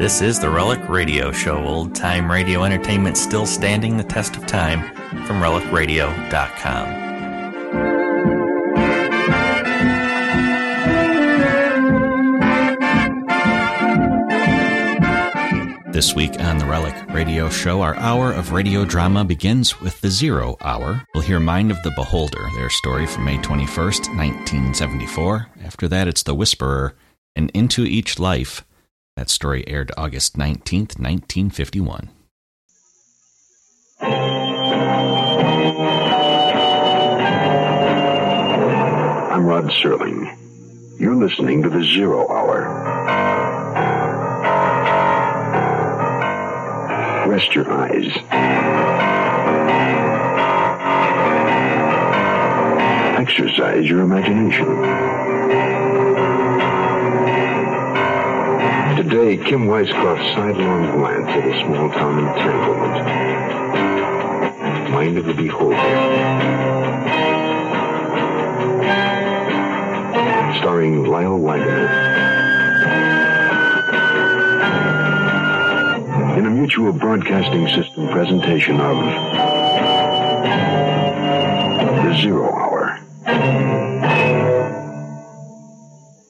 This is the Relic Radio Show, old time radio entertainment still standing the test of time from relicradio.com. This week on the Relic Radio Show, our hour of radio drama begins with the Zero Hour. We'll hear Mind of the Beholder, their story from May 21st, 1974. After that, it's The Whisperer and Into Each Life. That story aired August 19th, 1951. I'm Rod Serling. You're listening to the Zero Hour. Rest your eyes. Exercise your imagination. Today, Kim Weiss caught a sidelong glance at a small town entanglement. Mind of the Beholder. Starring Lyle Wagner. in a mutual broadcasting system presentation of The Zero Hour.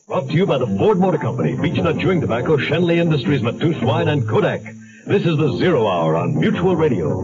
Brought to you by the Ford Motor Company, Beechnut Chewing Tobacco, Shenley Industries, Matus Wine, and Kodak. This is the Zero Hour on Mutual Radio.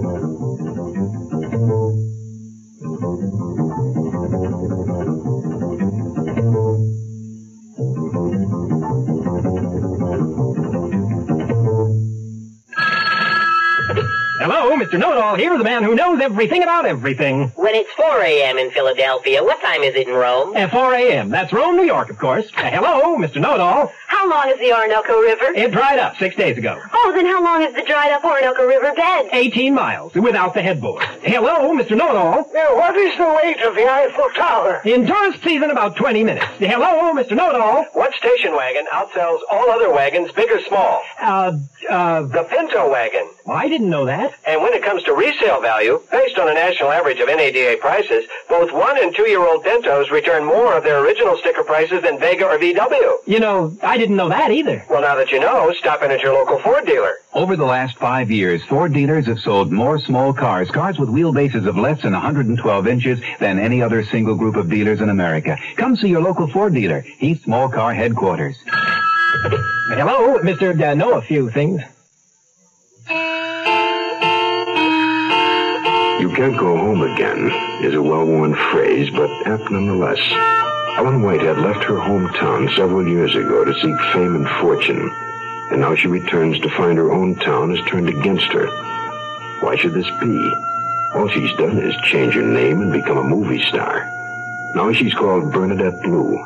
Hello, Mr. Know-It-All here, the man who knows everything about everything. When it's 4 a.m. in Philadelphia, what time is it in Rome? At 4 a.m. That's Rome, New York, of course. Uh, hello, Mr. Know-It-All. How long is the Orinoco River? It dried up six days ago. Oh, then how long is the dried up Orinoco River bed? 18 miles without the headboard. Hello, Mr. Know-It-All. Now, what is the weight of the Eiffel Tower? In tourist season, about 20 minutes. Hello, Mr. Know-It-All. One station wagon outsells all other wagons, big or small. Uh, uh, The Pinto wagon. I didn't know that. And when it comes to resale value, based on a national average of NADA prices, both one and two year old Pintos return more of their original sticker prices than Vega or VW. You know, I didn't know that either. Well, now that you know, stop in at your local Ford dealer. Over the last five years, Ford dealers have sold more small cars, cars with wheelbases of less than 112 inches, than any other single group of dealers in America. Come see your local Ford dealer, Heath Small Car Headquarters. Hello, Mr. Uh, know a few things. You can't go home again is a well-worn phrase, but apt nonetheless. Ellen Whitehead left her hometown several years ago to seek fame and fortune, and now she returns to find her own town is turned against her. Why should this be? All she's done is change her name and become a movie star. Now she's called Bernadette Blue.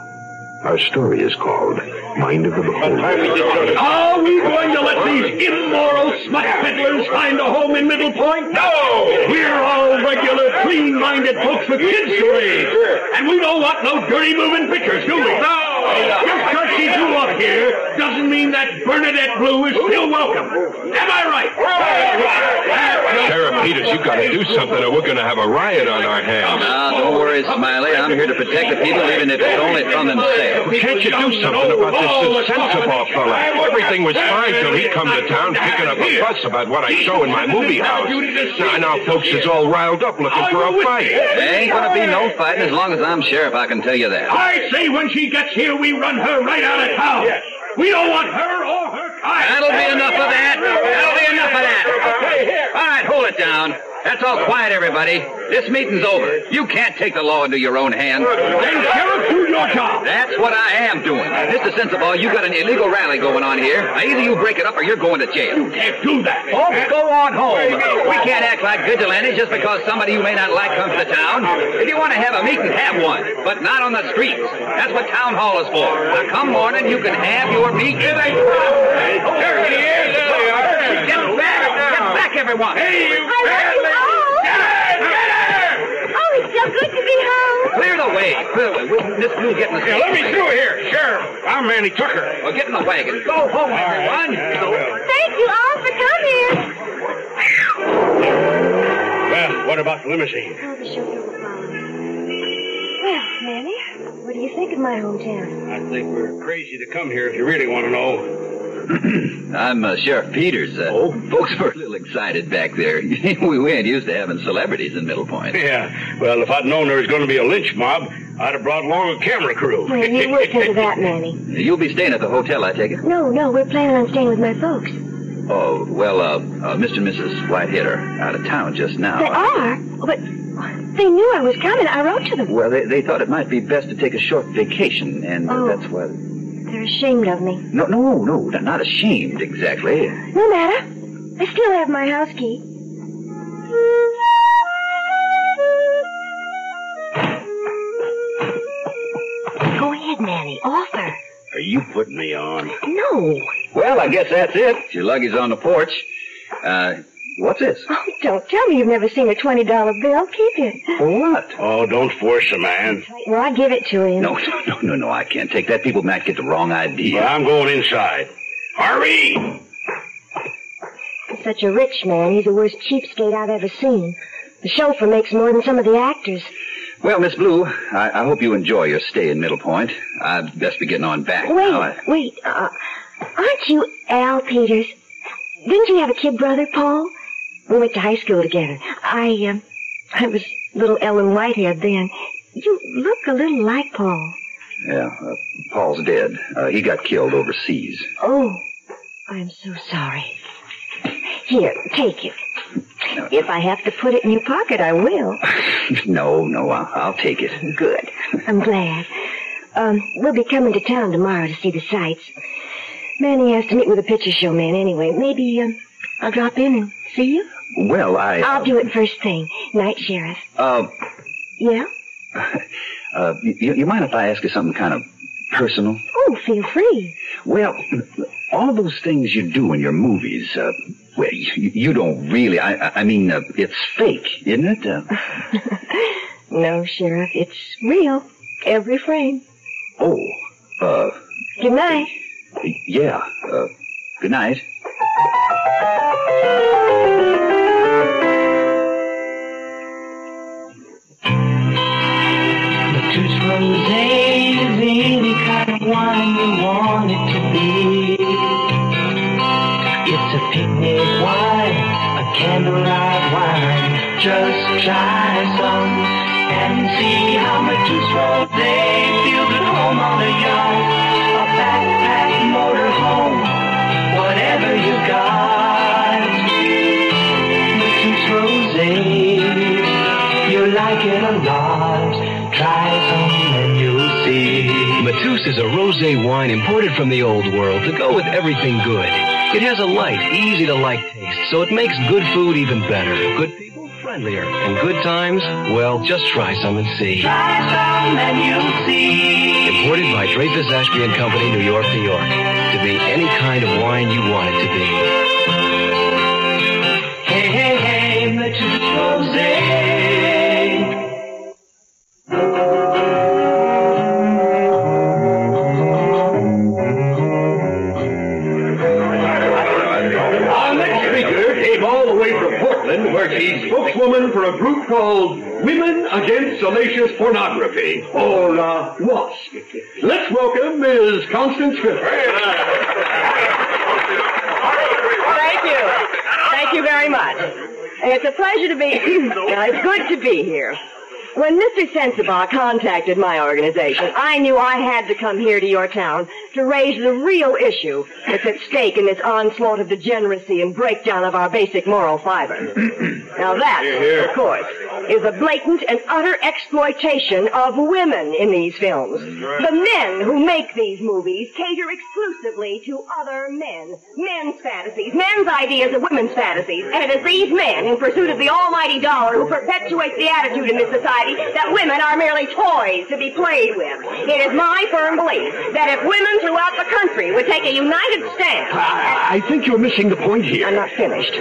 Our story is called Mind of the Beholder. Are we going to let these immoral smut peddlers find a home in Middle Point? No! We're all regular, clean-minded folks with kids to raise. And we don't want no dirty moving pictures, do we? No! Just 'cause she's new up here doesn't mean that Bernadette Blue is still welcome. Am I right? Sheriff Peters, you gotta do something or we're gonna have a riot on our hands. Ah, don't worry, Smiley. I'm here to protect the people, even if it's only from themselves. Can't you do something about this insensible fella? Everything was fine till he come to town picking up a fuss about what I show in my movie house. Now, now folks is all riled up looking for a fight. There ain't gonna be no fighting as long as I'm sheriff, I can tell you that. I say when she gets here, we run her right out of town. We don't want her or her kind. That'll be enough of that. That'll be enough of that. All right, hold it down. That's all quiet, everybody. This meeting's over. You can't take the law into your own hands. Then, Sheriff, do your job. That's what I am doing. Mr. Sensible, you got an illegal rally going on here. Now, Either you break it up or you're going to jail. You can't do that. Folks, go on home. We can't act like vigilantes just because somebody you may not like comes to town. If you want to have a meeting, have one, but not on the streets. That's what town hall is for. Now, come morning, you can have your meeting. Get back! Get back, everyone! Oh, it's so good to be home. Clear the way. Clear the way. Miss Blue, get in the Let me through here, Sheriff. I'm Manny Tucker. Well, get in the wagon. Go home, everyone. Thank you all for coming. Well, what about the limousine? I'll show you Well, Manny, what do you think of my hometown? I think we're crazy to come here if you really want to know. I'm uh, Sheriff Peters. Uh, oh, folks were a little excited back there. we, we ain't used to having celebrities in Middle Point. Yeah. Well, if I'd known there was going to be a lynch mob, I'd have brought along a camera crew. Well, you worked into that, Manny. You'll be staying at the hotel, I take it. No, no, we're planning on staying with my folks. Oh well, uh, uh, Mr. and Mrs. Whitehead are out of town just now. They are, but they knew I was coming. I wrote to them. Well, they, they thought it might be best to take a short vacation, and uh, Oh. that's why. They're ashamed of me. No, no, no, they're not ashamed exactly. No matter. I still have my house key. Go ahead, Manny. Offer. Are you putting me on? No. Well, I guess that's it. Your luggage on the porch. Uh, what's this? Oh, don't tell me you've never seen a $20 bill. Keep it. For what? Oh, don't force a man. Well, I give it to him. No, no, no, no, no, I can't take that. People might get the wrong idea. Well, I'm going inside. Hurry! He's such a rich man, he's the worst cheapskate I've ever seen. The chauffeur makes more than some of the actors. Well, Miss Blue, I, I hope you enjoy your stay in Middle Point. I'd best be getting on back Wait, now. I- wait. Uh, aren't you Al Peters? Didn't you have a kid brother, Paul? We went to high school together. I, um, I was little Ellen Whitehead then. You look a little like Paul. Yeah, uh, Paul's dead. Uh, he got killed overseas. Oh, I'm so sorry. Here, take it. If I have to put it in your pocket, I will. no, no, I'll, I'll take it. Good. I'm glad. Um, we'll be coming to town tomorrow to see the sights. Manny has to meet with a picture show man anyway. Maybe um, I'll drop in and see you. Well, I. I'll do it first thing. Night, Sheriff. Uh, Yeah? uh, you, you mind if I ask you something kind of personal? Oh, feel free. Well, all those things you do in your movies, uh, well, you, you don't really. I, I- I mean, uh, it's fake, isn't it? Uh, No, Sheriff, it's real. Every frame. oh, uh, Good night. yeah. Uh, good night. Toots Rosé is any kind of wine you want it to be. It's a picnic wine, a candlelight wine. Just try some and see how much Toots Rosé feels at home on a yacht, a backpack motor home, whatever you got. Toots Rosé, you like it a lot. Try some and you'll see. Matus is a rosé wine imported from the old world to go with everything good. It has a light, easy to like taste, so it makes good food even better, good people friendlier, and good times, well, just try some and see. Try some and you'll see. Imported by Dreyfus Ashby and Company, New York, New York, to be any kind of wine you want it to be. Hey, hey, hey, Matus Rosé. Our next speaker came all the way from Portland, where she's spokeswoman for a group called Women Against Salacious Pornography, or uh, WASP. Let's welcome Ms. Constance Griffith. Thank you. Thank you very much. And It's a pleasure to be. Now, it's good to be here. When Mr. Sensabaugh contacted my organization, I knew I had to come here to your town to raise the real issue that's at stake in this onslaught of degeneracy and breakdown of our basic moral fiber. now that, Hear, hear. of course, is a blatant and utter exploitation of women in these films. The men who make these movies cater exclusively to other men, men's fantasies, men's ideas of women's fantasies, and it is these men in pursuit of the almighty dollar who perpetuates the attitude in this society that women are merely toys to be played with. It is my firm belief that if women throughout the country would take a united stand I think you're missing the point here. I'm not finished.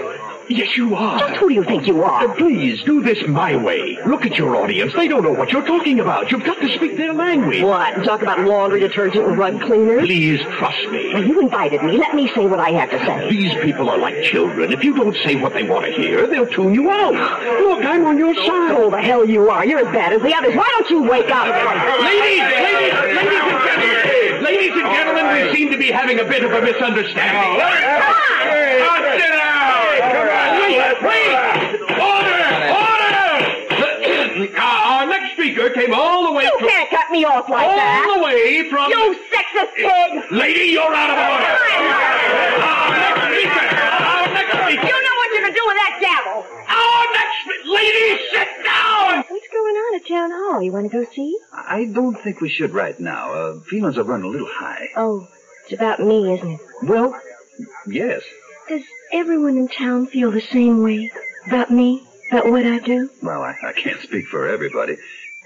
Yes, you are. Just who do you think you are? Uh, Please, do this my way. Look at your audience. They don't know what you're talking about. You've got to speak their language. What? Talk about laundry detergent and rug cleaners? Please trust me. Well, you invited me. Let me say what I have to say. These people are like children. If you don't say what they want to hear, they'll tune you out. Look, I'm on your side. Oh, the hell you are. You're as bad as the others. Why don't you wake up? Ladies, ladies, ladies and gentlemen, ladies and gentlemen, we seem to be having a bit of a misunderstanding. Ah, sit down. Wait, wait. Order, order. Uh, Our next speaker came all the way You from... can't cut me off like all that. the way from... You sexist pig! Lady, you're out of order. Our next speaker. Our next speaker. You know what you can do with that gavel! Our next spe- Lady, sit down. What's going on at town hall? You want to go see? I don't think we should right now. Uh, feelings are running a little high. Oh, it's about me, isn't it? Well, yes. Does everyone in town feel the same way about me? About what I do? Well, I, I can't speak for everybody.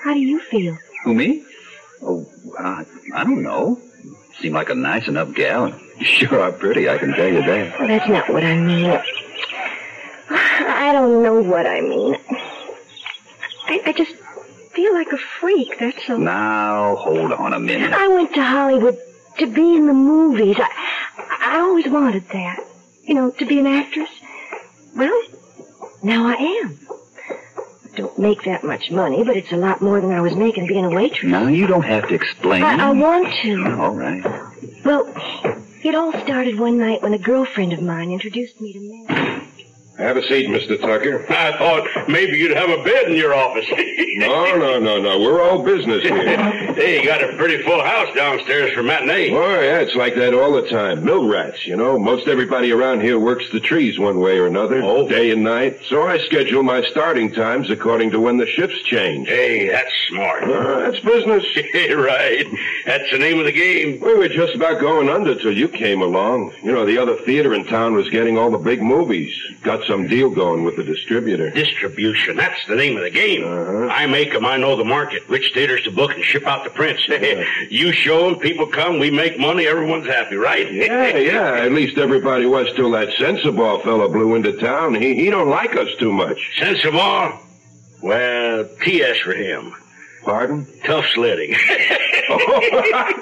How do you feel? Who, me? Oh, uh, I don't know. Seem like a nice enough gal. and You sure are pretty, I can tell you that. Well, that's not what I mean. I don't know what I mean. I, I just feel like a freak, that's all. Now, hold on a minute. I went to Hollywood to be in the movies. I, I always wanted that. You know, to be an actress. Well, now I am. Don't make that much money, but it's a lot more than I was making being a waitress. Now, you don't have to explain. I, I want to. All right. Well, it all started one night when a girlfriend of mine introduced me to men. Have a seat, Mr. Tucker. I thought maybe you'd have a bed in your office. No, no, no, no. We're all business here. hey, you got a pretty full house downstairs for matinee. Boy, yeah, it's like that all the time. Mill rats, you know. Most everybody around here works the trees one way or another, Oh. day and night. So I schedule my starting times according to when the shifts change. Hey, that's smart. Uh, that's business. Yeah, right. That's the name of the game. We were just about going under till you came along. You know, the other theater in town was getting all the big movies. Got some deal going with the distributor. Uh-huh. Distribution. That's the name of the game. I make 'em. I know the market. Which theaters to book and ship out the prints. you show 'em, people come, we make money, everyone's happy, right? Yeah, yeah. At least everybody was till that Sensibar fella blew into town. He he don't like us too much. Sensibar? Well, P.S. for him. Pardon? Tough sledding. yeah, I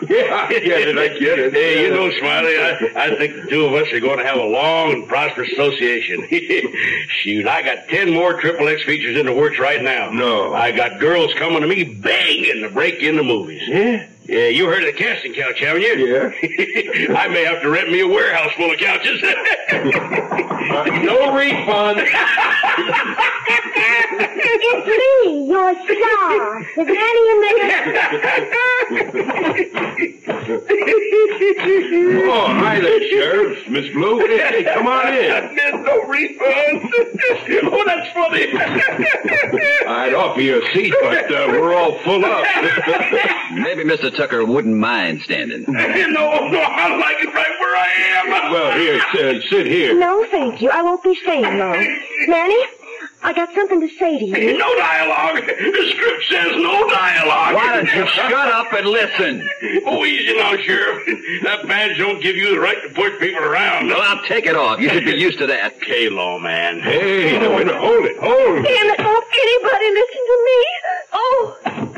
get it. I get it. Hey, you know, Smiley, I, I think the two of us are going to have a long and prosperous association. Shoot, I got ten more Triple X features in the works right now. No. I got girls coming to me begging to break into movies. Yeah? Yeah, you heard of the casting couch, haven't you? Yeah. I may have to rent me a warehouse full of couches. no refund. It's me, your star. Is there any in the... Oh, hi there, Sheriff. Miss Blue. Hey, come on in. There's no refund. oh, that's funny. I'd offer you a seat, but uh, we're all full up. Maybe Mr. Tucker wouldn't mind standing. no, no, I like it right where I am. Well, here, uh, sit here. No, thank you. I won't be staying long. Manny, I got something to say to you. No dialogue. The script says no dialogue. Why don't you shut up and listen? Oh, easy now, Sheriff. That badge don't give you the right to push people around. Well, I'll take it off. You should be used to that. Okay, lawman. Hey, no, wait, no, hold it, hold it. Damn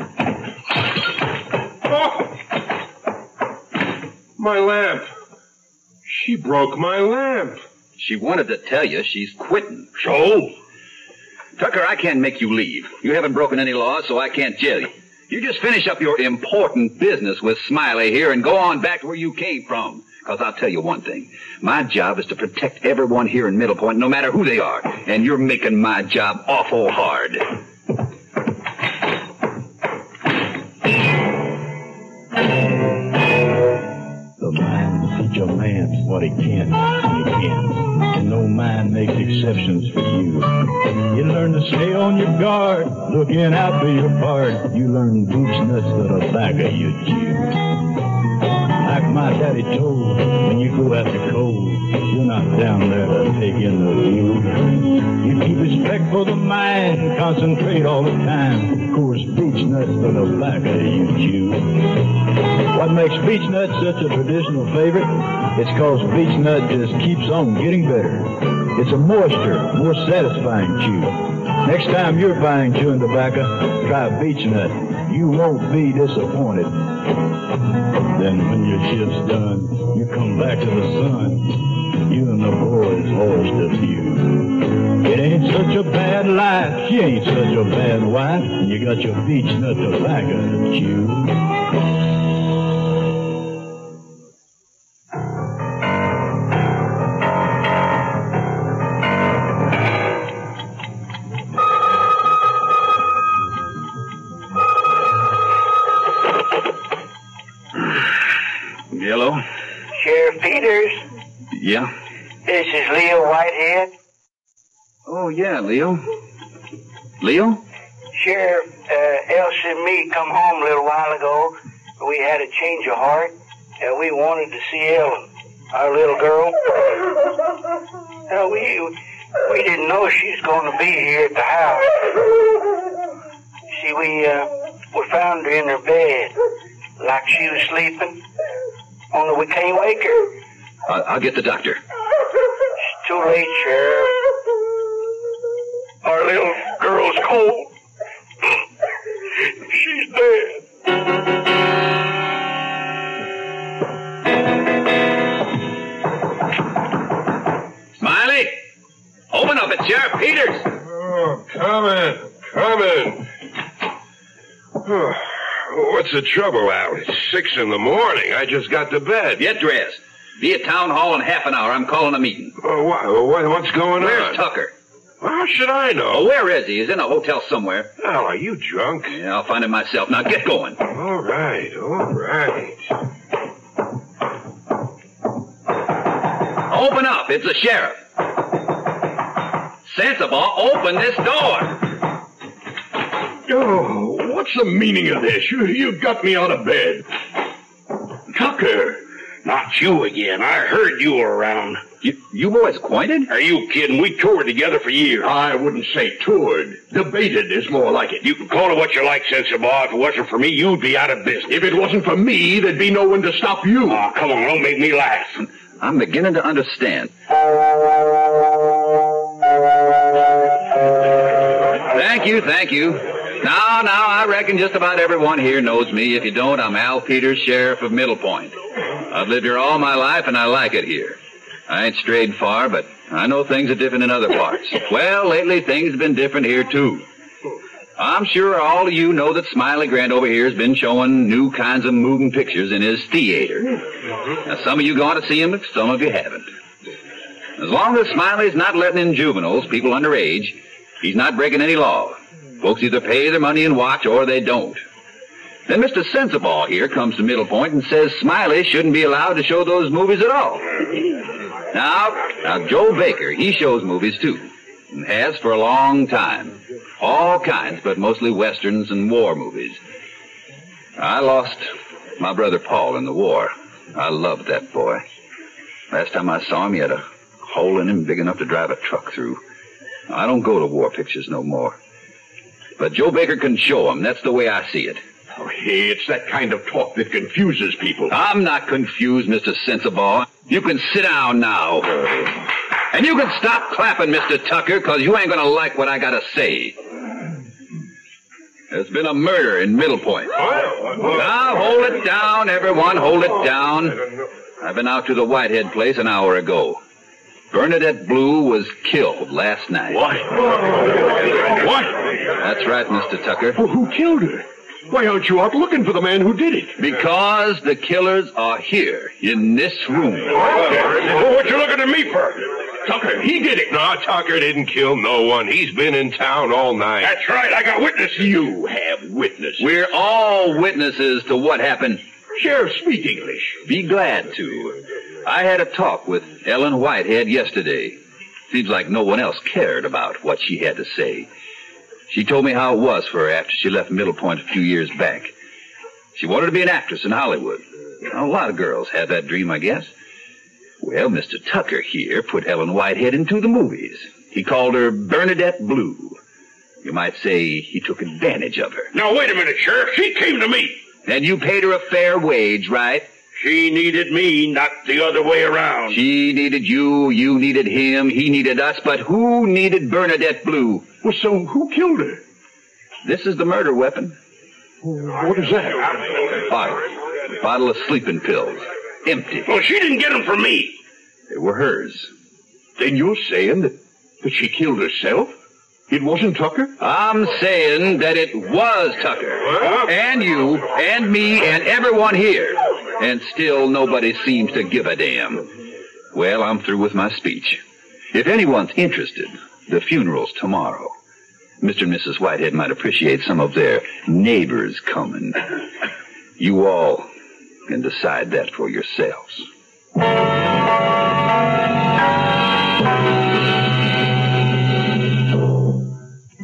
it, won't anybody listen to me? Oh, Oh. My lamp. She broke my lamp. She wanted to tell you she's quitting. So? Tucker, I can't make you leave. You haven't broken any laws, so I can't jail you. You just finish up your important business with Smiley here and go on back to where you came from. Because I'll tell you one thing. My job is to protect everyone here in Middle Point, no matter who they are. And you're making my job awful hard. The mind is such a man's what it can, and it can. And no mind makes exceptions for you. You learn to stay on your guard, looking out for your part. You learn boots nuts that are back of your chew. Like my daddy told, when you go after coal, you're not down there to take in the view. You keep respect for the mind, concentrate all the time. Of course, beach nuts that are back of your chew. What makes beechnut such a traditional favorite? It's 'cause beechnut just keeps on getting better. It's a moister, more satisfying chew. Next time you're buying chewing tobacco, try Beech Nut. You won't be disappointed. Then when your shift's done, you come back to the sun. You and the boys always just you. It ain't such a bad life. She ain't such a bad wife. And you got your beech nut tobacco to chew. Hello? Sheriff Peters, Yeah? this is Leo Whitehead. Oh, yeah, Leo. Leo? Sheriff uh, Elsie and me come home a little while ago. We had a change of heart, and we wanted to see Ellen, our little girl. Now, we we didn't know she's going to be here at the house. See, we uh, we found her in her bed, like she was sleeping. Only we can't wake her. I- I'll get the doctor. It's too late, Sheriff. Our little girl's cold. She's dead. Smiley! Open up, it's Sheriff Peters! Oh, come in. Come in. Oh, what's the trouble, Al? It's six in the morning. I just got to bed. Get dressed. Be at town hall in half an hour. I'm calling a meeting. Oh, wha- wha- what's going Where's on? Tucker? How should I know? Oh, where is he? He's in a hotel somewhere. Al, are you drunk? Yeah, I'll find him myself. Now get going. All right, all right. Open up. It's the sheriff. Sensible, open this door. Oh, what's the meaning of this? You, you got me out of bed. Tucker! Not you again. I heard you were around. You, you boys acquainted? Are you kidding? We toured together for years. I wouldn't say toured. Debated is more like it. You can call it what you like, Sensible. If it wasn't for me, you'd be out of business. If it wasn't for me, there'd be no one to stop you. Oh, come on, don't make me laugh. I'm beginning to understand. Thank you, thank you. Now, now, I reckon just about everyone here knows me. If you don't, I'm Al Peters, sheriff of Middle Point. I've lived here all my life, and I like it here. I ain't strayed far, but I know things are different in other parts. Well, lately things have been different here too. I'm sure all of you know that Smiley Grant over here has been showing new kinds of moving pictures in his theater. Now, some of you gone to see him, some of you haven't. As long as Smiley's not letting in juveniles, people underage, he's not breaking any law. Folks either pay their money and watch, or they don't. Then Mr. Sensible here comes to Middle Point and says Smiley shouldn't be allowed to show those movies at all. Now, now Joe Baker, he shows movies too, and has for a long time. All kinds, but mostly westerns and war movies. I lost my brother Paul in the war. I loved that boy. Last time I saw him, he had a hole in him big enough to drive a truck through. I don't go to war pictures no more. But Joe Baker can show 'em. That's the way I see it. Oh, hey, it's that kind of talk that confuses people. I'm not confused, Mr. Sensible. You can sit down now. Uh. And you can stop clapping, Mr. Tucker, because you ain't going to like what I got to say. There's been a murder in Middle Point. uh, Now, hold it down, everyone. Hold it down. I've been out to the Whitehead place an hour ago. Bernadette Blue was killed last night. What? What? That's right, Mr. Tucker. Well, who killed her? Why aren't you out looking for the man who did it? Because the killers are here in this room. what you looking at me for? Tucker, he did it. No, Tucker didn't kill no one. He's been in town all night. That's right. I got witnesses. You have witnesses. We're all witnesses to what happened. Sheriff, speak English. Be glad to. I had a talk with Ellen Whitehead yesterday. Seems like no one else cared about what she had to say. She told me how it was for her after she left Middle Point a few years back. She wanted to be an actress in Hollywood. A lot of girls have that dream, I guess. Well, Mr. Tucker here put Ellen Whitehead into the movies. He called her Bernadette Blue. You might say he took advantage of her. Now, wait a minute, Sheriff. She came to me. And you paid her a fair wage, right? She needed me, not the other way around. She needed you, you needed him, he needed us, but who needed Bernadette Blue? Well, so who killed her? This is the murder weapon. What is that? Bottle. Bottle of sleeping pills. Empty. Well, she didn't get them from me. They were hers. Then you're saying that, that she killed herself? It wasn't Tucker? I'm saying that it was Tucker. And you, and me, and everyone here. And still nobody seems to give a damn. Well, I'm through with my speech. If anyone's interested, the funeral's tomorrow. Mr. and Mrs. Whitehead might appreciate some of their neighbors coming. You all can decide that for yourselves.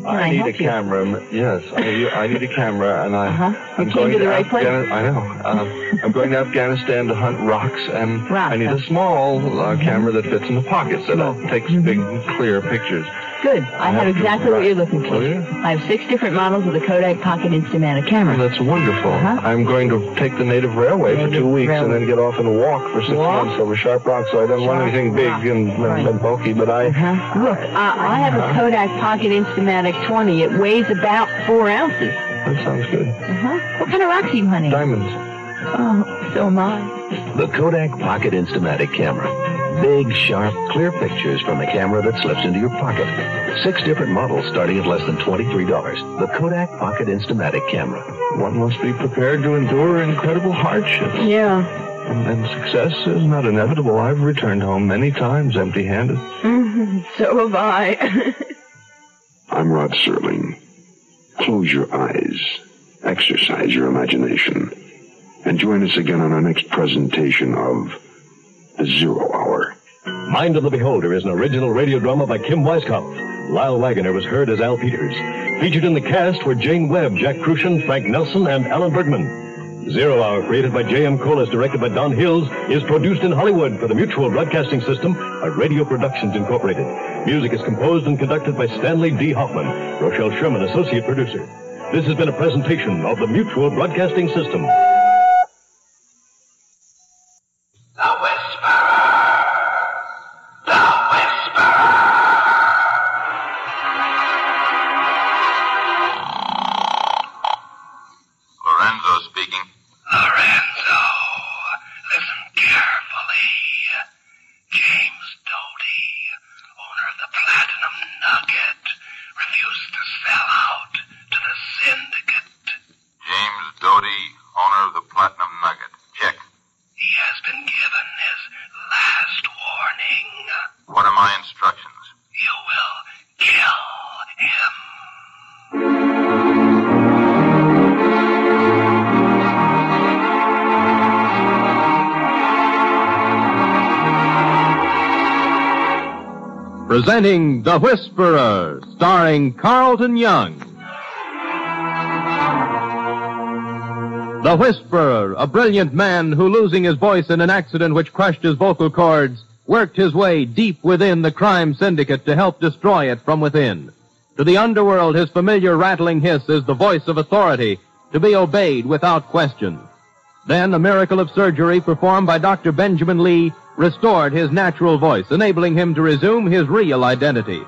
I need a camera. Yes, I, I need a camera, and I, I'm Uh-huh. came going to the right place. Afghanistan. I know. Um, I'm going to Afghanistan to hunt rocks, and I need a small uh, camera that fits in the pocket so that it takes big, clear pictures. Oh, Good. Mm-hmm. I have exactly what you're looking for. I have six different models of the Kodak Pocket Instamatic camera. That's wonderful. Uh-huh. I'm going to take the native railway for two weeks and then get off and walk for six months over sharp rocks. So I don't want anything big and, and- and bulky, but I look. Uh, I have a Kodak Pocket Instamatic 20. It weighs about four ounces. That sounds good. Uh-huh. What kind of rocks are you hunting? Diamonds. Oh, so am I. The Kodak Pocket Instamatic Camera. Big, sharp, clear pictures from the camera that slips into your pocket. Six different models starting at less than $23. The Kodak Pocket Instamatic Camera. One must be prepared to endure incredible hardships. Yeah. And success is not inevitable. I've returned home many times empty-handed. Mhm. So have I. I'm Rod Serling. Close your eyes, exercise your imagination, and join us again on our next presentation of The Zero Hour. Mind of the Beholder is an original radio drama by Kim Weiskopf. Lyle Waggoner was heard as Al Peters. Featured in the cast were Jane Webb, Jack Crucian, Frank Nelson, and Alan Bergman. Zero Hour, created by J.M. Colas, directed by Don Hills, is produced in Hollywood for the Mutual Broadcasting System at Radio Productions Incorporated. Music is composed and conducted by Stanley D. Hoffman, Rochelle Sherman, associate producer. This has been a presentation of the Mutual Broadcasting System. Lorenzo speaking. Lorenzo, listen carefully. James Doty, owner of the Platinum Nugget, refused to sell out to the syndicate. James Doty, owner of the Platinum Nugget. Check. He has been given his last warning. What are my instructions? You will kill him. Presenting The Whisperer, starring Carlton Young. The Whisperer, a brilliant man who, losing his voice in an accident which crushed his vocal cords, worked his way deep within the crime syndicate to help destroy it from within. To the underworld, his familiar rattling hiss is the voice of authority, to be obeyed without question. Then a miracle of surgery performed by Dr. Benjamin Lee restored his natural voice, enabling him to resume his real identity.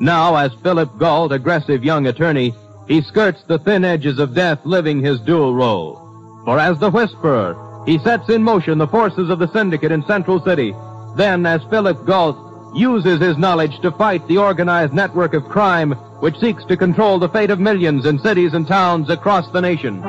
Now, as Philip Gault, aggressive young attorney, he skirts the thin edges of death, living his dual role. For as the Whisperer, he sets in motion the forces of the Syndicate in Central City. Then, as Philip Gault uses his knowledge to fight the organized network of crime which seeks to control the fate of millions in cities and towns across the nation.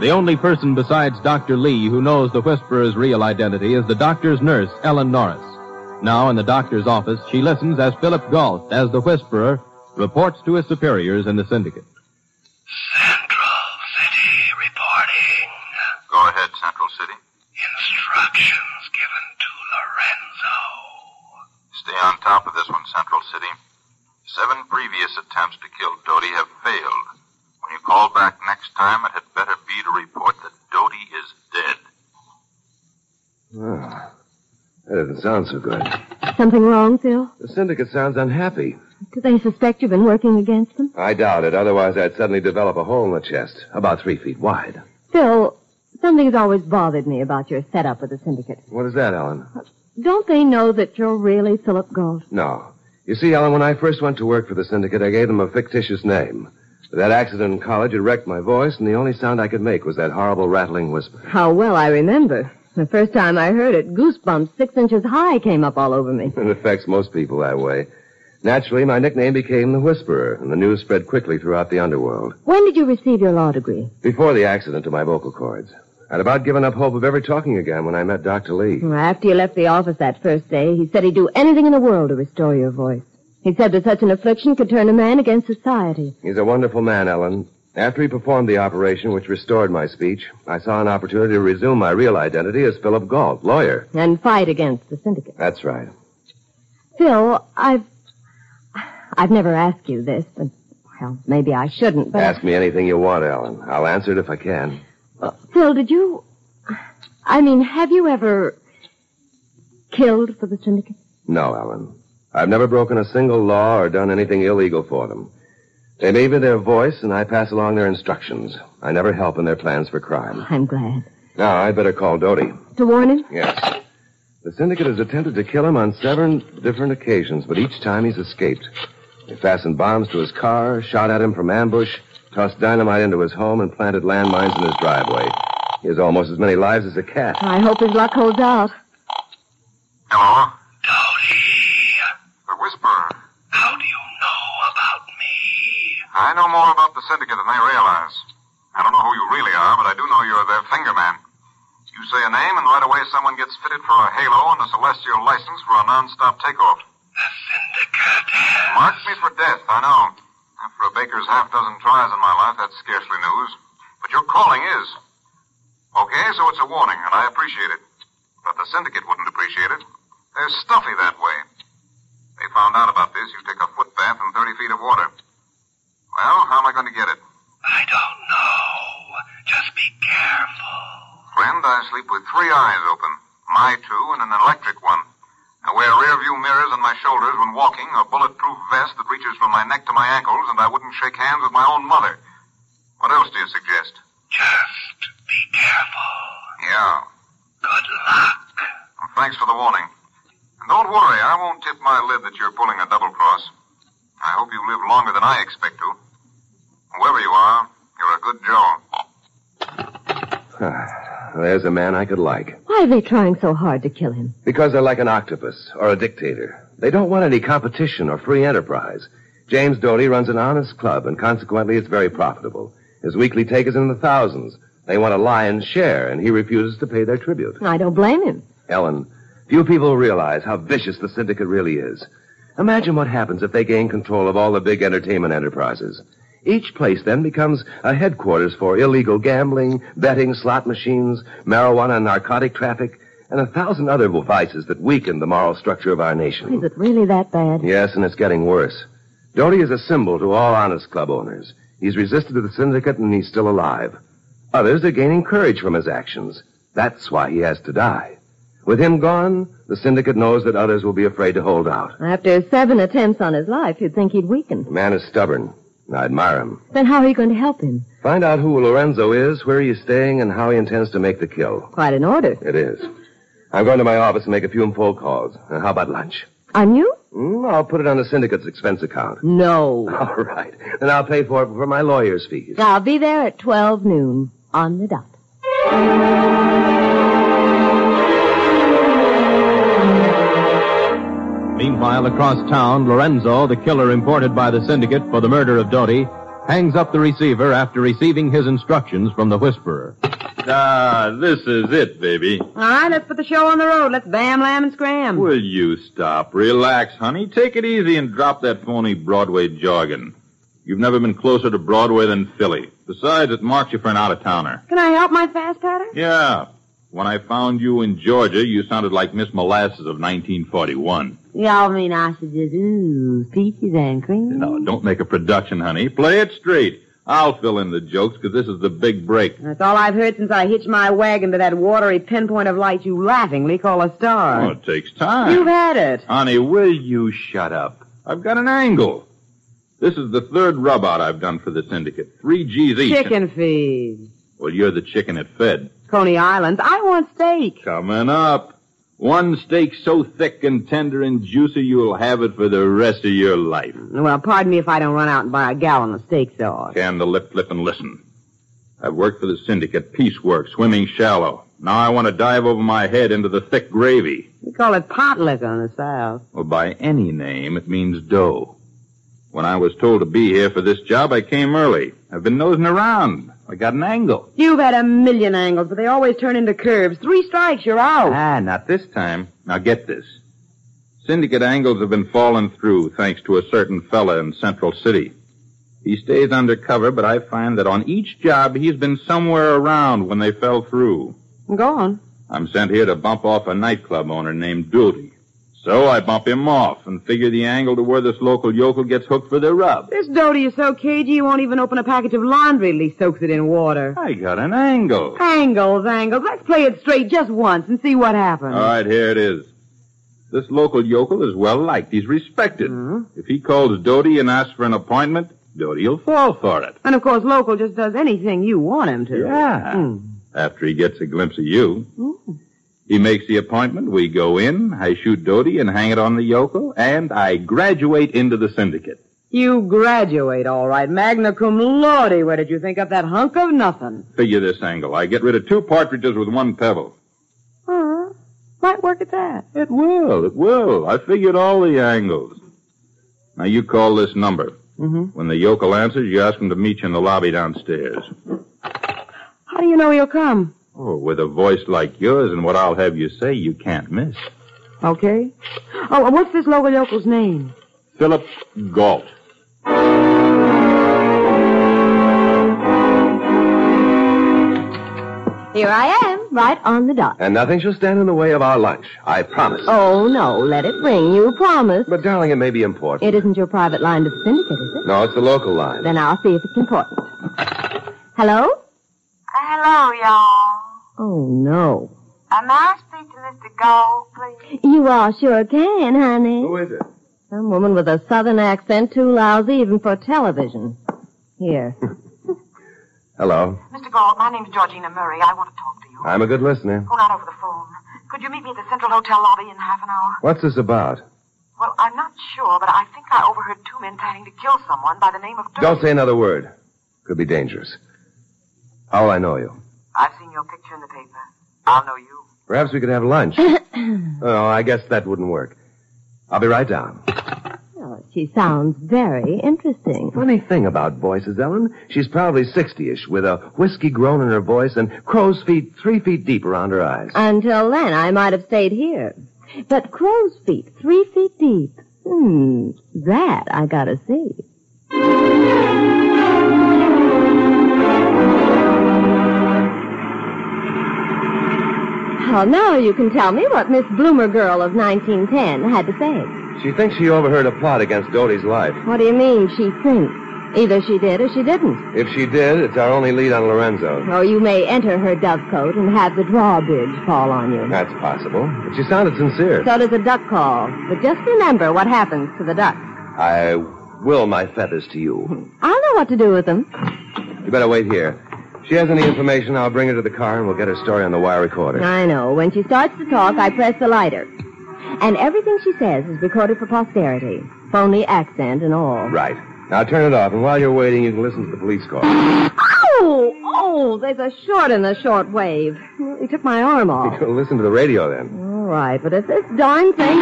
The only person besides Dr. Lee who knows the Whisperer's real identity is the doctor's nurse, Ellen Norris. Now in the doctor's office, she listens as Philip Galt, as the Whisperer, reports to his superiors in the syndicate. Go ahead, Central City. Instructions given to Lorenzo. Stay on top of this one, Central City. Seven previous attempts to kill Doty have failed. When you call back next time, it had better be to report that Doty is dead. Ah, that doesn't sound so good. Something wrong, Phil? The syndicate sounds unhappy. Do they suspect you've been working against them? I doubt it. Otherwise, I'd suddenly develop a hole in the chest, about three feet wide. Phil, something's always bothered me about your setup with the syndicate. What is that, Ellen? Don't they know that you're really Philip Gold? No. You see, Ellen, when I first went to work for the syndicate, I gave them a fictitious name. But that accident in college had wrecked my voice, and the only sound I could make was that horrible rattling whisper. How well I remember. The first time I heard it, goosebumps six inches high came up all over me. It affects most people that way. Naturally, my nickname became the Whisperer, and the news spread quickly throughout the underworld. When did you receive your law degree? Before the accident to my vocal cords, I'd about given up hope of ever talking again when I met Dr. Lee. Well, After you left the office that first day, he said he'd do anything in the world to restore your voice. He said that such an affliction could turn a man against society. He's a wonderful man, Ellen. After he performed the operation which restored my speech, I saw an opportunity to resume my real identity as Philip Galt, lawyer. And fight against the syndicate. That's right. Phil, I've. I've never asked you this, but, well, maybe I shouldn't, but. Ask me anything you want, Ellen. I'll answer it if I can. Phil, did you. I mean, have you ever. killed for the syndicate? No, Ellen. I've never broken a single law or done anything illegal for them. They may be their voice, and I pass along their instructions. I never help in their plans for crime. I'm glad. Now, I'd better call Doty. To warn him? Yes. The syndicate has attempted to kill him on seven different occasions, but each time he's escaped. They fastened bombs to his car, shot at him from ambush, tossed dynamite into his home, and planted landmines in his driveway. He has almost as many lives as a cat. I hope his luck holds out. Hello? The Whisperer. How do you know about me? I know more about the syndicate than they realize. I don't know who you really are, but I do know you're their finger man. You say a name, and right away someone gets fitted for a halo and a celestial license for a non-stop takeoff. The syndicate. Mark me for death, I know. After a baker's half dozen tries in my life, that's scarcely news. But your calling is. Okay, so it's a warning, and I appreciate it. But the syndicate wouldn't appreciate it. They're stuffy that way. They found out about this. You take a foot bath in 30 feet of water. Well, how am I going to get it? I don't know. Just be careful. Friend, I sleep with three eyes open. My two and an electric one. I wear rear view mirrors on my shoulders when walking, a bulletproof vest that reaches from my neck to my ankles, and I wouldn't shake hands with my own mother. What else do you suggest? Just be careful. Yeah. Good luck. Well, thanks for the warning. And don't worry, I won't tip my lid that you're pulling a double cross. I hope you live longer than I expect to. Whoever you are, you're a good Joe. There's a man I could like. Why are they trying so hard to kill him? Because they're like an octopus or a dictator. They don't want any competition or free enterprise. James Doty runs an honest club, and consequently it's very profitable. His weekly take is in the thousands. They want a lion's share, and he refuses to pay their tribute. I don't blame him. Ellen, few people realize how vicious the syndicate really is. Imagine what happens if they gain control of all the big entertainment enterprises. Each place then becomes a headquarters for illegal gambling, betting, slot machines, marijuana and narcotic traffic, and a thousand other vices that weaken the moral structure of our nation. Is it really that bad? Yes, and it's getting worse. Doty is a symbol to all honest club owners. He's resisted to the syndicate and he's still alive. Others are gaining courage from his actions. That's why he has to die. With him gone, the syndicate knows that others will be afraid to hold out. After seven attempts on his life, you'd think he'd weaken. The man is stubborn. and I admire him. Then how are you going to help him? Find out who Lorenzo is, where he's staying, and how he intends to make the kill. Quite an order. It is. I'm going to my office and make a few phone calls. Now, how about lunch? On you? Mm, I'll put it on the syndicate's expense account. No. All right. Then I'll pay for it for my lawyer's fees. I'll be there at 12 noon on the dot. Meanwhile, across town, Lorenzo, the killer imported by the syndicate for the murder of Doty, hangs up the receiver after receiving his instructions from the Whisperer. Ah, this is it, baby. All right, let's put the show on the road. Let's bam, lam, and scram. Will you stop? Relax, honey. Take it easy and drop that phony Broadway jargon. You've never been closer to Broadway than Philly. Besides, it marks you for an out-of-towner. Can I help my fast patter? Yeah. When I found you in Georgia, you sounded like Miss Molasses of 1941. Y'all mean I should just ooh peaches and cream? No, don't make a production, honey. Play it straight. I'll fill in the jokes because this is the big break. That's all I've heard since I hitched my wagon to that watery pinpoint of light you laughingly call a Oh, star. it takes time. You've had it. Honey, will you shut up? I've got an angle. This is the third rub out I've done for the syndicate. Three G's each. Chicken feed. Well, you're the chicken it fed. Coney Islands. I want steak. Coming up. One steak so thick and tender and juicy you'll have it for the rest of your life. Well, pardon me if I don't run out and buy a gallon of steak sauce. Can the lip flip and listen. I've worked for the syndicate, piecework, swimming shallow. Now I want to dive over my head into the thick gravy. We call it pot liquor in the South. Well, by any name, it means dough. When I was told to be here for this job, I came early. I've been nosing around. I got an angle. You've had a million angles, but they always turn into curves. Three strikes, you're out. Ah, not this time. Now get this. Syndicate angles have been falling through thanks to a certain fella in Central City. He stays undercover, but I find that on each job he's been somewhere around when they fell through. Go on. I'm sent here to bump off a nightclub owner named Dooley. So I bump him off and figure the angle to where this local yokel gets hooked for the rub. This Doty is so cagey, he won't even open a package of laundry till he soaks it in water. I got an angle. Angles, angles. Let's play it straight just once and see what happens. All right, here it is. This local yokel is well liked. He's respected. If he calls Doty and asks for an appointment, Doty'll fall for it. And of course, local just does anything you want him to. Hmm. Yeah. After he gets a glimpse of you, he makes the appointment. We go in. I shoot Doty and hang it on the yokel, and I graduate into the syndicate. You graduate, all right. Magna cum laude. Where did you think up that hunk of nothing? Figure this angle. I get rid of two partridges with one pebble. Huh? Uh-huh. Might work at that. It will. It will. I figured all the angles. Now you call this number. Mm-hmm. When the yokel answers, you ask him to meet you in the lobby downstairs. How do you know he'll come? Oh, with a voice like yours and what I'll have you say, you can't miss. Okay. Oh, and what's this local yokel's name? Philip Galt. Here I am, right on the dot. And nothing shall stand in the way of our lunch. I promise. Oh, no, let it ring. You promise. But, darling, it may be important. It isn't your private line to the syndicate, is No, it's the local line. it? Then I'll see if it's important. Hello? Hello, y'all. Oh, no. Uh, may I speak to Mr. Gold, please? You all sure can, honey. Who is it? Some woman with a southern accent too lousy even for television. Here. Hello. Mr. Gold, my name's Georgina Murray. I want to talk to you. I'm a good listener. Oh, not over the phone. Could you meet me at the Central Hotel lobby in half an hour? What's this about? Well, I'm not sure, but I think I overheard two men planning to kill someone by the name of Don't say another word. Could be dangerous. How will I know you? I've seen your picture in the paper. I'll know you. Perhaps we could have lunch. oh, I guess that wouldn't work. I'll be right down. Oh, she sounds very interesting. Funny thing about Boyce is Ellen, she's probably 60-ish with a whiskey groan in her voice and crow's feet three feet deep around her eyes. Until then, I might have stayed here. But crow's feet, three feet deep. Hmm, that I gotta see. Well, now you can tell me what Miss Bloomer girl of 1910 had to say. She thinks she overheard a plot against Doty's life. What do you mean she thinks? Either she did or she didn't. If she did, it's our only lead on Lorenzo. Or you may enter her dovecote and have the drawbridge fall on you. That's possible. But she sounded sincere. So does a duck call. But just remember what happens to the ducks. I will my feathers to you. I'll know what to do with them. You better wait here. If she has any information, I'll bring her to the car and we'll get her story on the wire recorder. I know. When she starts to talk, I press the lighter. And everything she says is recorded for posterity. Phony accent and all. Right. Now turn it off, and while you're waiting, you can listen to the police call. Oh, oh, there's a short in the short wave. Well, He took my arm off. You'll listen to the radio then. All right, but if this darn thing.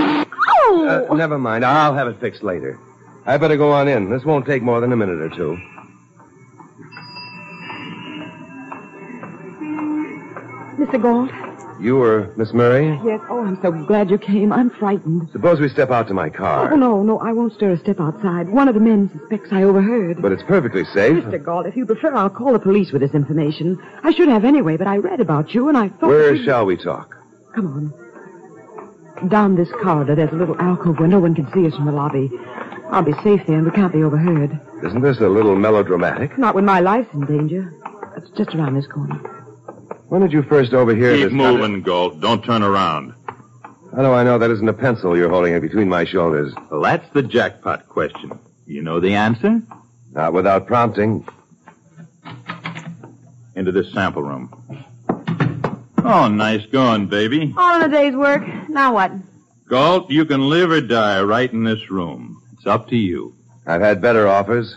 Oh! Uh, never mind. I'll have it fixed later. I better go on in. This won't take more than a minute or two. Mr. Galt? You or Miss Murray? Yes. Oh, I'm so glad you came. I'm frightened. Suppose we step out to my car. Oh, no, no, I won't stir a step outside. One of the men suspects I overheard. But it's perfectly safe. Mr. Galt, if you prefer, I'll call the police with this information. I should have anyway, but I read about you and I thought. Where shall we talk? Come on. Down this corridor, there's a little alcove where no one can see us from the lobby. I'll be safe there and we can't be overheard. Isn't this a little melodramatic? Not when my life's in danger. It's just around this corner. When did you first overhear Keep this? moving, Galt. Don't turn around. How do I know that isn't a pencil you're holding it between my shoulders? Well, that's the jackpot question. You know the answer? Not without prompting. Into this sample room. Oh, nice going, baby. All in a day's work. Now what? Galt, you can live or die right in this room. It's up to you. I've had better offers.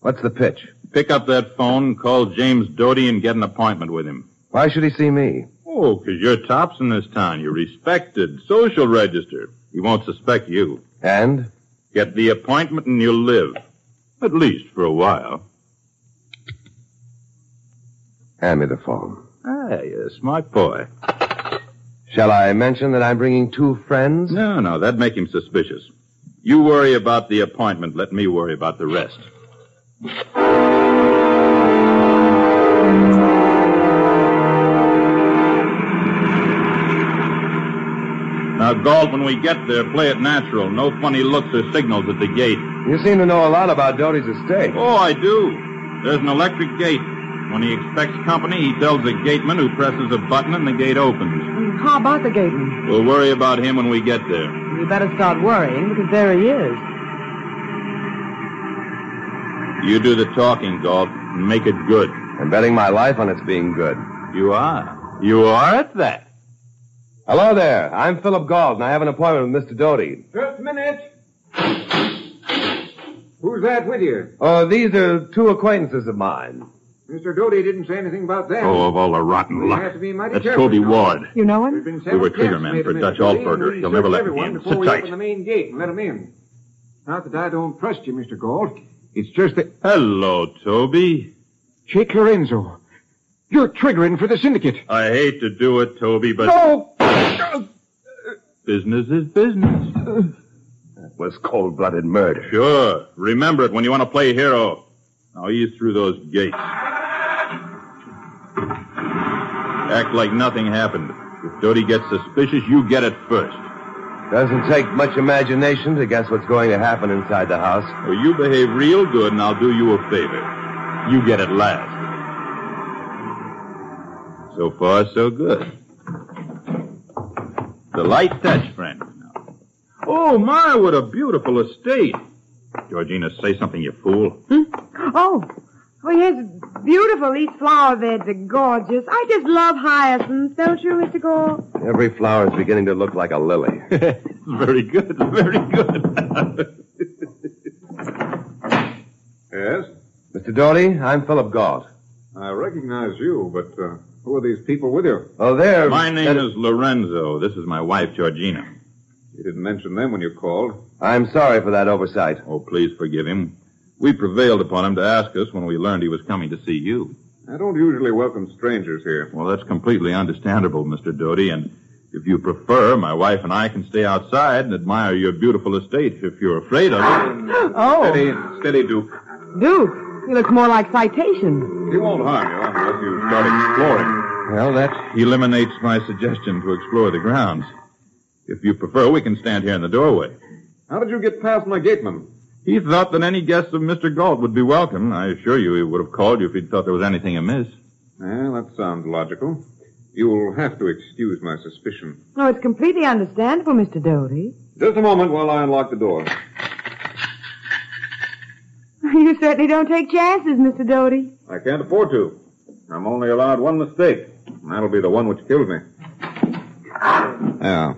What's the pitch? Pick up that phone, call James Doty, and get an appointment with him. Why should he see me? Oh, 'cause you're tops in this town. You're respected. Social register. He won't suspect you. And? Get the appointment and you'll live. At least for a while. Hand me the phone. Ah, you're a smart boy. Shall I mention that I'm bringing two friends? No, no, that'd make him suspicious. You worry about the appointment. Let me worry about the rest. Now, Galt, when we get there, play it natural. No funny looks or signals at the gate. You seem to know a lot about Doty's estate. Oh, I do. There's an electric gate. When he expects company, he tells the gateman who presses a button and the gate opens. How about the gateman? We'll worry about him when we get there. You better start worrying because there he is. You do the talking, Galt, and make it good. I'm betting my life on its being good. You are. You are at that. Hello there. I'm Philip Galt, and I have an appointment with Mr. Doty. Just a minute. Who's that with you? Oh, these are two acquaintances of mine. Mr. Doty didn't say anything about that. Oh, of all the rotten We luck. have to be mighty That's careful, Toby you know. Ward. You know him? Been We were several trigger attempts men made for to Dutch Mr. Doty, Altberger. and we He'll never let searched me everyone in. Before Sit we tight. opened the main gate and let him in. Not that I don't trust you, Mr. Gold. It's just that Hello, Toby. Jake Lorenzo, you're triggering for the syndicate. I hate to do it, Toby, but No. business is business. That was cold blooded murder. Sure. Remember it when you want to play hero. Now ease through those gates. Act like nothing happened. If Doty gets suspicious, you get it first. Doesn't take much imagination to guess what's going to happen inside the house. Well, you behave real good, and I'll do you a favor. You get it last. So far, so good. The light touch, friend. Oh, my, what a beautiful estate. Georgina, say something, you fool. Oh, well, yes, beautiful. These flower beds are gorgeous. I just love hyacinths, don't you, Mr. Gore? Every flower is beginning to look like a lily. Very good, very good. Yes? Mr. Doty, I'm Philip Galt. I recognize you, but uh, who are these people with you? Oh, there. My name is Lorenzo. This is my wife, Georgina. You didn't mention them when you called. I'm sorry for that oversight. Oh, please forgive him. We prevailed upon him to ask us when we learned he was coming to see you. I don't usually welcome strangers here. Well, that's completely understandable, Mr. Doty, and if you prefer, my wife and I can stay outside and admire your beautiful estate if you're afraid of it. Oh, Steady, steady, Duke. Duke. He looks more like citation. He won't harm you unless you start exploring. Well, that eliminates my suggestion to explore the grounds. If you prefer, we can stand here in the doorway. How did you get past my gateman? He thought that any guests of Mr. Galt would be welcome. I assure you he would have called you if he'd thought there was anything amiss. Well, that sounds logical. You'll have to excuse my suspicion. No, it's completely understandable, Mr. Doty. Just a moment while I unlock the door. You certainly don't take chances, Mr. Doty. I can't afford to. I'm only allowed one mistake, and that'll be the one which kills me. Yeah.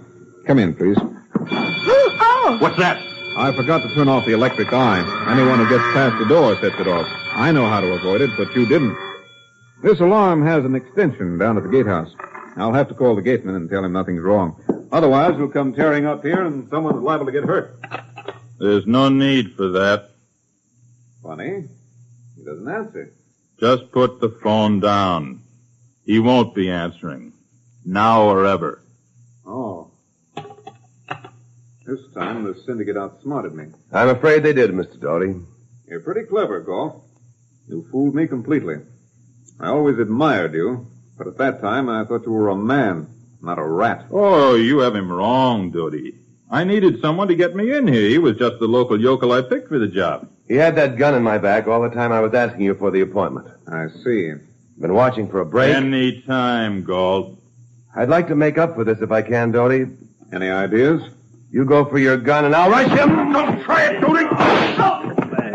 Come in, please. Ah. oh! What's that? I forgot to turn off the electric eye. Anyone who gets past the door sets it off. I know how to avoid it, but you didn't. This alarm has an extension down at the gatehouse. I'll have to call the gateman and tell him nothing's wrong. Otherwise, we'll come tearing up here and someone's liable to get hurt. There's no need for that. Funny. He doesn't answer. Just put the phone down. He won't be answering. Now or ever. Oh. This time the syndicate outsmarted me. I'm afraid they did, Mr. Doty. You're pretty clever, Golf. You fooled me completely. I always admired you, but at that time I thought you were a man, not a rat. Oh, you have him wrong, Doty. I needed someone to get me in here. He was just the local yokel I picked for the job. He had that gun in my back all the time I was asking you for the appointment. I see. Been watching for a break. Any time, Galt. I'd like to make up for this if I can, Doty. Any ideas? You go for your gun and I'll rush him. Don't try it, Doody.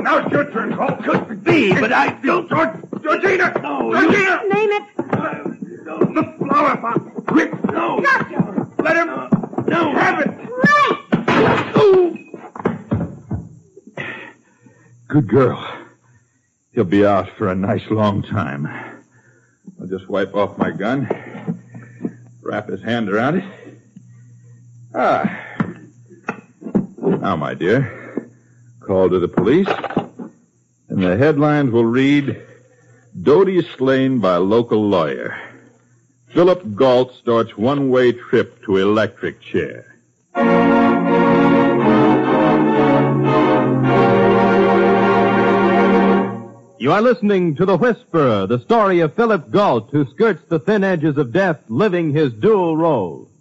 Now it's your turn, Paul. Could be, but I still, George, Georgina, Georgina. Name it. The flower pot. Quick, no. Let him. No. Have it. Good girl. He'll be out for a nice long time. I'll just wipe off my gun, wrap his hand around it. Ah. Now, my dear, call to the police, and the headlines will read Doty slain by local lawyer. Philip Galt starts one way trip to electric chair. You are listening to The Whisperer, the story of Philip Galt, who skirts the thin edges of death, living his dual role.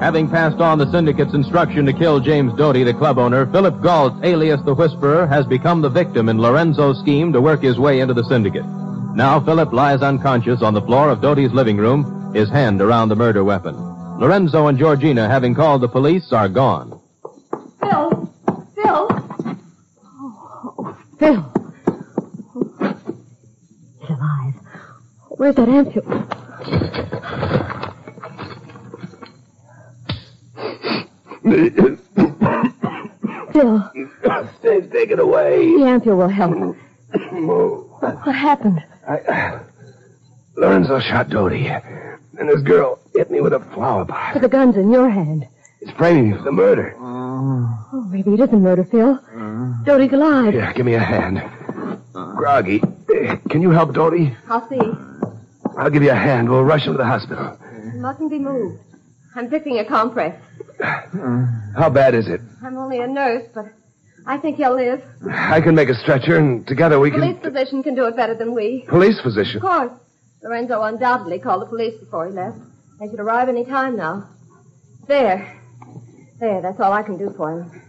Having passed on the syndicate's instruction to kill James Doty, the club owner, Philip Galt, alias the Whisperer, has become the victim in Lorenzo's scheme to work his way into the syndicate. Now Philip lies unconscious on the floor of Doty's living room, his hand around the murder weapon. Lorenzo and Georgina, having called the police, are gone. Phil! Phil! Phil. He's alive. Where's that ambulance? Phil, Steve, take it away. the ampule will help. What happened? I, Lorenzo shot Doty. And this girl hit me with a flower pot. With the guns in your hand. It's framing me for the murder. Oh, maybe it isn't murder, Phil. Doty's alive. Here, give me a hand. Groggy, eh, can you help Doty? I'll see. I'll give you a hand. We'll rush him to the hospital. Mustn't be moved. I'm fixing a compress. How bad is it? I'm only a nurse, but I think he'll live. I can make a stretcher, and together we police can. physician can do it better than we. Police physician? Of course. Lorenzo undoubtedly called the police before he left. They should arrive any time now. There. There, that's all I can do for him.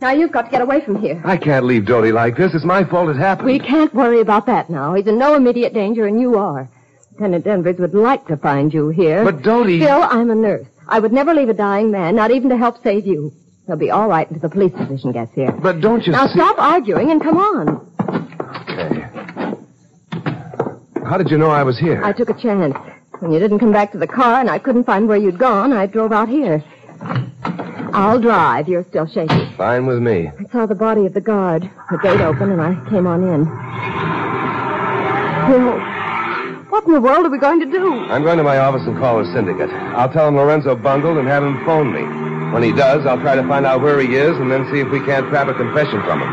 Now you've got to get away from here. I can't leave Doty like this. It's my fault it happened. We can't worry about that now. He's in no immediate danger, and you are. Lieutenant Danvers would like to find you here. But Doty- Phil, I'm a nurse. I would never leave a dying man, not even to help save you. He'll be all right until the police physician gets here. But don't you now see- stop arguing and come on. Okay. How did you know I was here? I took a chance. When you didn't come back to the car and I couldn't find where you'd gone, I drove out here. I'll drive. You're still shaky. Fine with me. I saw the body of the guard. The gate open, and I came on in. Phil, what in the world are we going to do? I'm going to my office and call the syndicate. I'll tell him Lorenzo bungled and have him phone me. When he does, I'll try to find out where he is and then see if we can't trap a confession from him.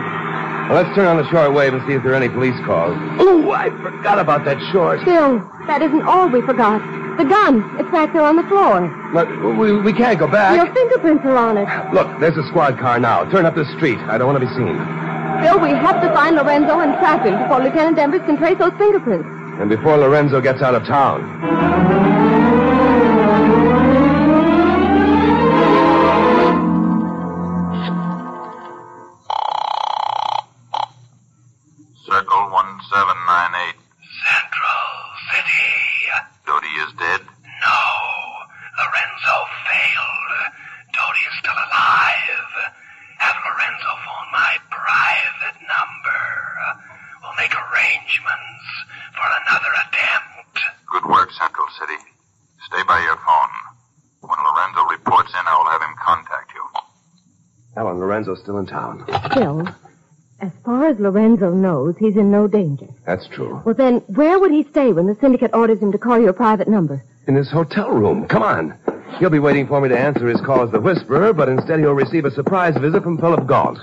Now, let's turn on the short wave and see if there are any police calls. Oh, I forgot about that short. Phil, that isn't all we forgot. The gun. It's back there on the floor. But we, we can't go back. Your fingerprints are on it. Look, there's a squad car now. Turn up the street. I don't want to be seen. Phil, we have to find Lorenzo and trap him before Lieutenant Danvers can trace those fingerprints. And before Lorenzo gets out of town. Circle 1798. Central City. Doty is dead. No. Lorenzo failed. Doty is still alive. Have Lorenzo phone my private number. We'll make arrangements for another attempt. Good work, Central City. Stay by your phone. When Lorenzo reports in, I will have him contact you. Helen, Lorenzo's still in town. Phil, as far as Lorenzo knows, he's in no danger. That's true. Well, then, where would he stay when the syndicate orders him to call your private number? In his hotel room. Come on. He'll be waiting for me to answer his call as the Whisperer, but instead he'll receive a surprise visit from Philip Galt.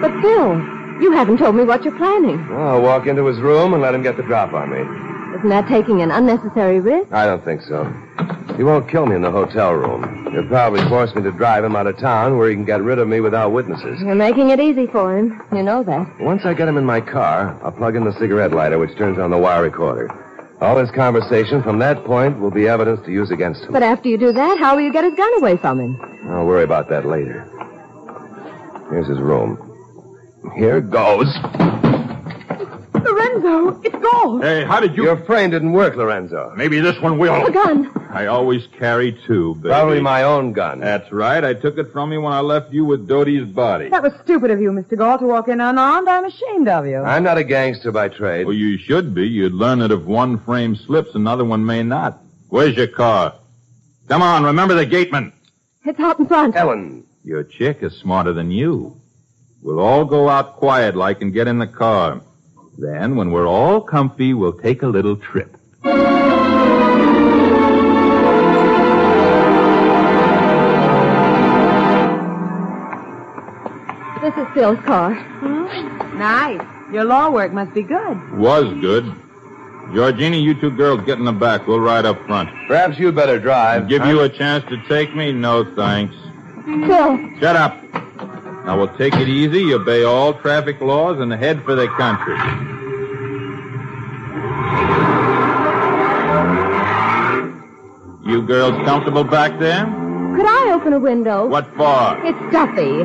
But, Phil, you haven't told me what you're planning. I'll walk into his room and let him get the drop on me. Isn't that taking an unnecessary risk? I don't think so. He won't kill me in the hotel room. He'll probably force me to drive him out of town where he can get rid of me without witnesses. You're making it easy for him. You know that. Once I get him in my car, I'll plug in the cigarette lighter, which turns on the wire recorder. All his conversation from that point will be evidence to use against him. But after you do that, how will you get his gun away from him? I'll worry about that later. Here's his room. Here goes. Lorenzo, it's gold. Hey, how did you? Your frame didn't work, Lorenzo. Maybe this one The gun. I always carry two, baby. Probably my own gun. That's right. I took it from you when I left you with Doty's body. That was stupid of you, Mr. Gall, to walk in unarmed. I'm ashamed of you. I'm not a gangster by trade. Well, Oh, you should be. You'd learn that if one frame slips, another one may not. Where's your car? Come on, remember the gateman. It's out in front. Ellen. Your chick is smarter than you. We'll all go out quiet like and get in the car. Then, when we're all comfy, we'll take a little trip. This is Phil's car. Hmm? Nice. Your law work must be good. Was good. Georgina, you two girls get in the back. We'll ride up front. Perhaps you'd better drive. Give you a chance to take me? No, thanks. Phil, Shut up. Now we'll take it easy, obey all traffic laws, and head for the country. You girls comfortable back there? could I open a window? What for? It's stuffy.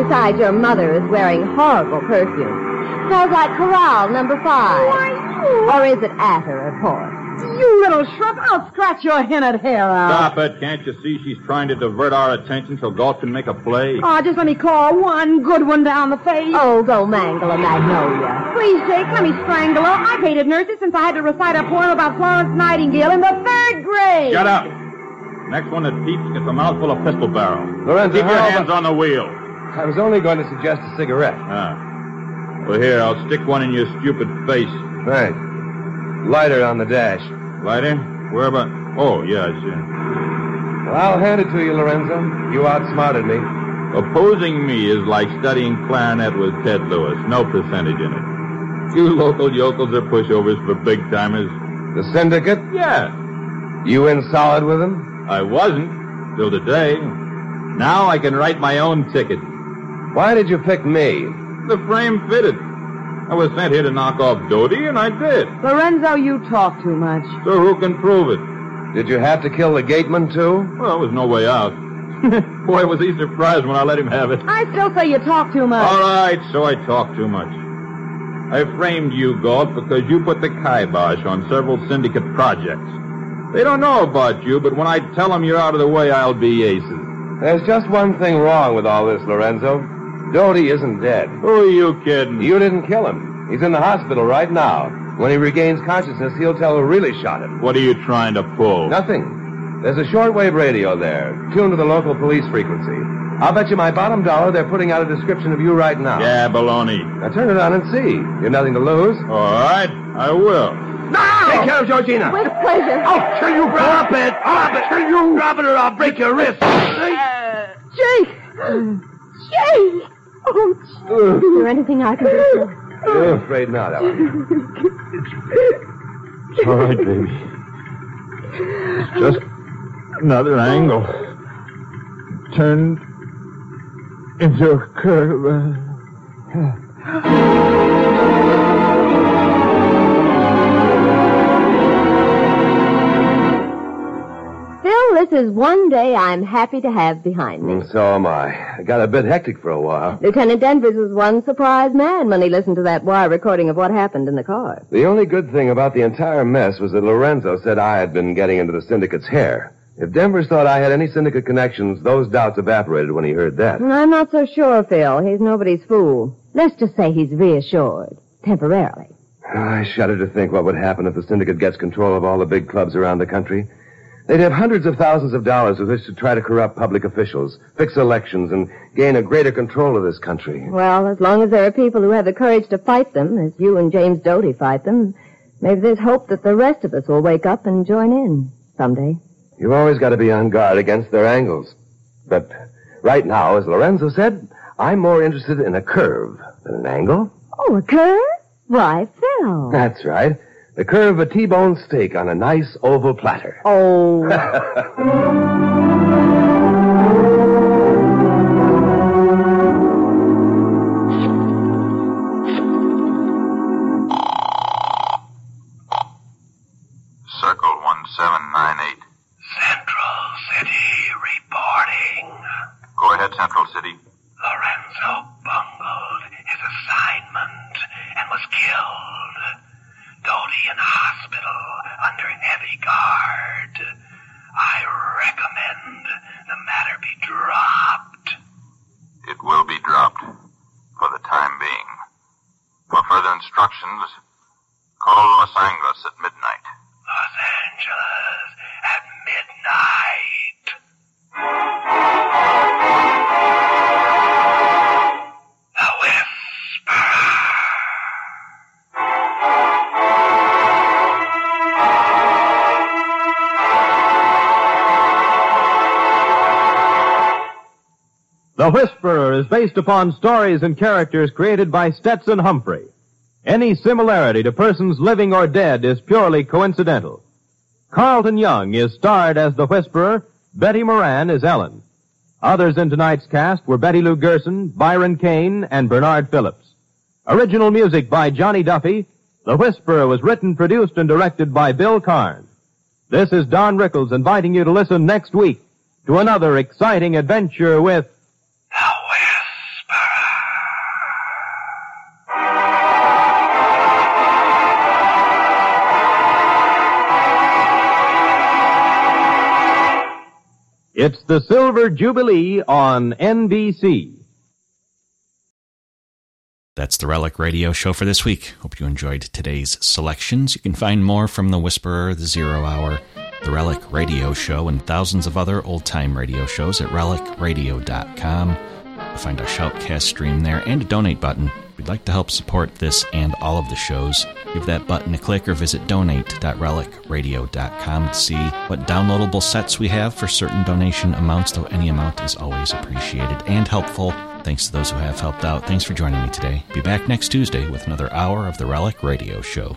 Besides, your mother is wearing horrible perfume. Smells like Corral number five. Or is it Ather, of course? You little shrub, I'll scratch your henna hair out. Stop it. Can't you see she's trying to divert our attention so Galt can make a play? Oh, just let me claw one good one down the face. Oh, go mangle a magnolia. Please, Jake, let me strangle her. I've hated nurses since I had to recite a poem about Florence Nightingale in the third grade. Shut up. Next one that peeps gets a mouthful of pistol barrel. Lorenzo, keep your how hands on the wheel. I was only going to suggest a cigarette. Ah. Well, here, I'll stick one in your stupid face. Thanks. Lighter on the dash. Lighter? Where about? Oh, yeah, sure. Well, I'll hand it to you, Lorenzo. You outsmarted me. Opposing me is like studying clarinet with Ted Lewis. No percentage in it. You local yokels are pushovers for big timers. The syndicate? Yeah. You in solid with them? I wasn't till today. Now I can write my own ticket. Why did you pick me? The frame fitted. I was sent here to knock off Doty, and I did. Lorenzo, you talk too much. So who can prove it? Did you have to kill the gateman, too? Well, there was no way out. Boy, was he surprised when I let him have it. I still say you talk too much. All right, so I talk too much. I framed you, Galt, because you put the kibosh on several syndicate projects. They don't know about you, but when I tell them you're out of the way, I'll be aces. There's just one thing wrong with all this, Lorenzo. Doty isn't dead. Who are you kidding? You didn't kill him. He's in the hospital right now. When he regains consciousness, he'll tell who really shot him. What are you trying to pull? Nothing. There's a shortwave radio there, tuned to the local police frequency. I'll bet you my bottom dollar they're putting out a description of you right now. Yeah, baloney. Now turn it on and see. You've nothing to lose. All right, I will. Now! Take care of Georgina. With pleasure. I'll kill you, brother. Drop it. Drop it. Kill you. Drop it or I'll break your wrist. Uh, Jake! Jake! Oh, is there anything I can do? You're afraid not, Ellen. It's all right, baby. It's just another angle. Turned into a uh, curve. Phil, this is one day I'm happy to have behind me. Mm, So am I. I got a bit hectic for a while. Lieutenant Danvers was one surprised man when he listened to that wire recording of what happened in the car. The only good thing about the entire mess was that Lorenzo said I had been getting into the syndicate's hair. If Denvers thought I had any syndicate connections, those doubts evaporated when he heard that. And I'm not so sure, Phil. He's nobody's fool. Let's just say he's reassured, temporarily. I shudder to think what would happen if the syndicate gets control of all the big clubs around the country. They'd have hundreds of thousands of dollars with which to try to corrupt public officials, fix elections, and gain a greater control of this country. Well, as long as there are people who have the courage to fight them, as you and James Doty fight them, maybe there's hope that the rest of us will wake up and join in someday. You've always got to be on guard against their angles. But right now, as Lorenzo said, I'm more interested in a curve than an angle. Oh, a curve? Why, Phil. That's right. The curve of a T-bone steak on a nice oval platter. Oh. that, Central City? Lorenzo bungled his assignment and was killed. Doty in hospital under heavy guard. I recommend the matter be dropped. It will be dropped for the time being. For further instructions, call Los Angeles at midnight. Los Angeles at midnight. The The Whisperer is based upon stories and characters created by Stetson Humphrey. Any similarity to persons living or dead is purely coincidental. Carlton Young is starred as the Whisperer, Betty Moran is Ellen. Others in tonight's cast were Betty Lou Gerson, Byron Kane, and Bernard Phillips. Original music by Johnny Duffy. The Whisperer was written, produced, and directed by Bill Carn. This is Don Rickles inviting you to listen next week to another exciting adventure with It's the Silver Jubilee on NBC. That's the Relic Radio Show for this week. Hope you enjoyed today's selections. You can find more from The Whisperer, The Zero Hour, The Relic Radio Show, and thousands of other old time radio shows at relicradio.com. You'll find our shoutcast stream there and a donate button. If you'd like to help support this and all of the shows, give that button a click or visit donate.relicradio.com to see what downloadable sets we have for certain donation amounts, though any amount is always appreciated and helpful. Thanks to those who have helped out. Thanks for joining me today. Be back next Tuesday with another hour of the Relic Radio Show.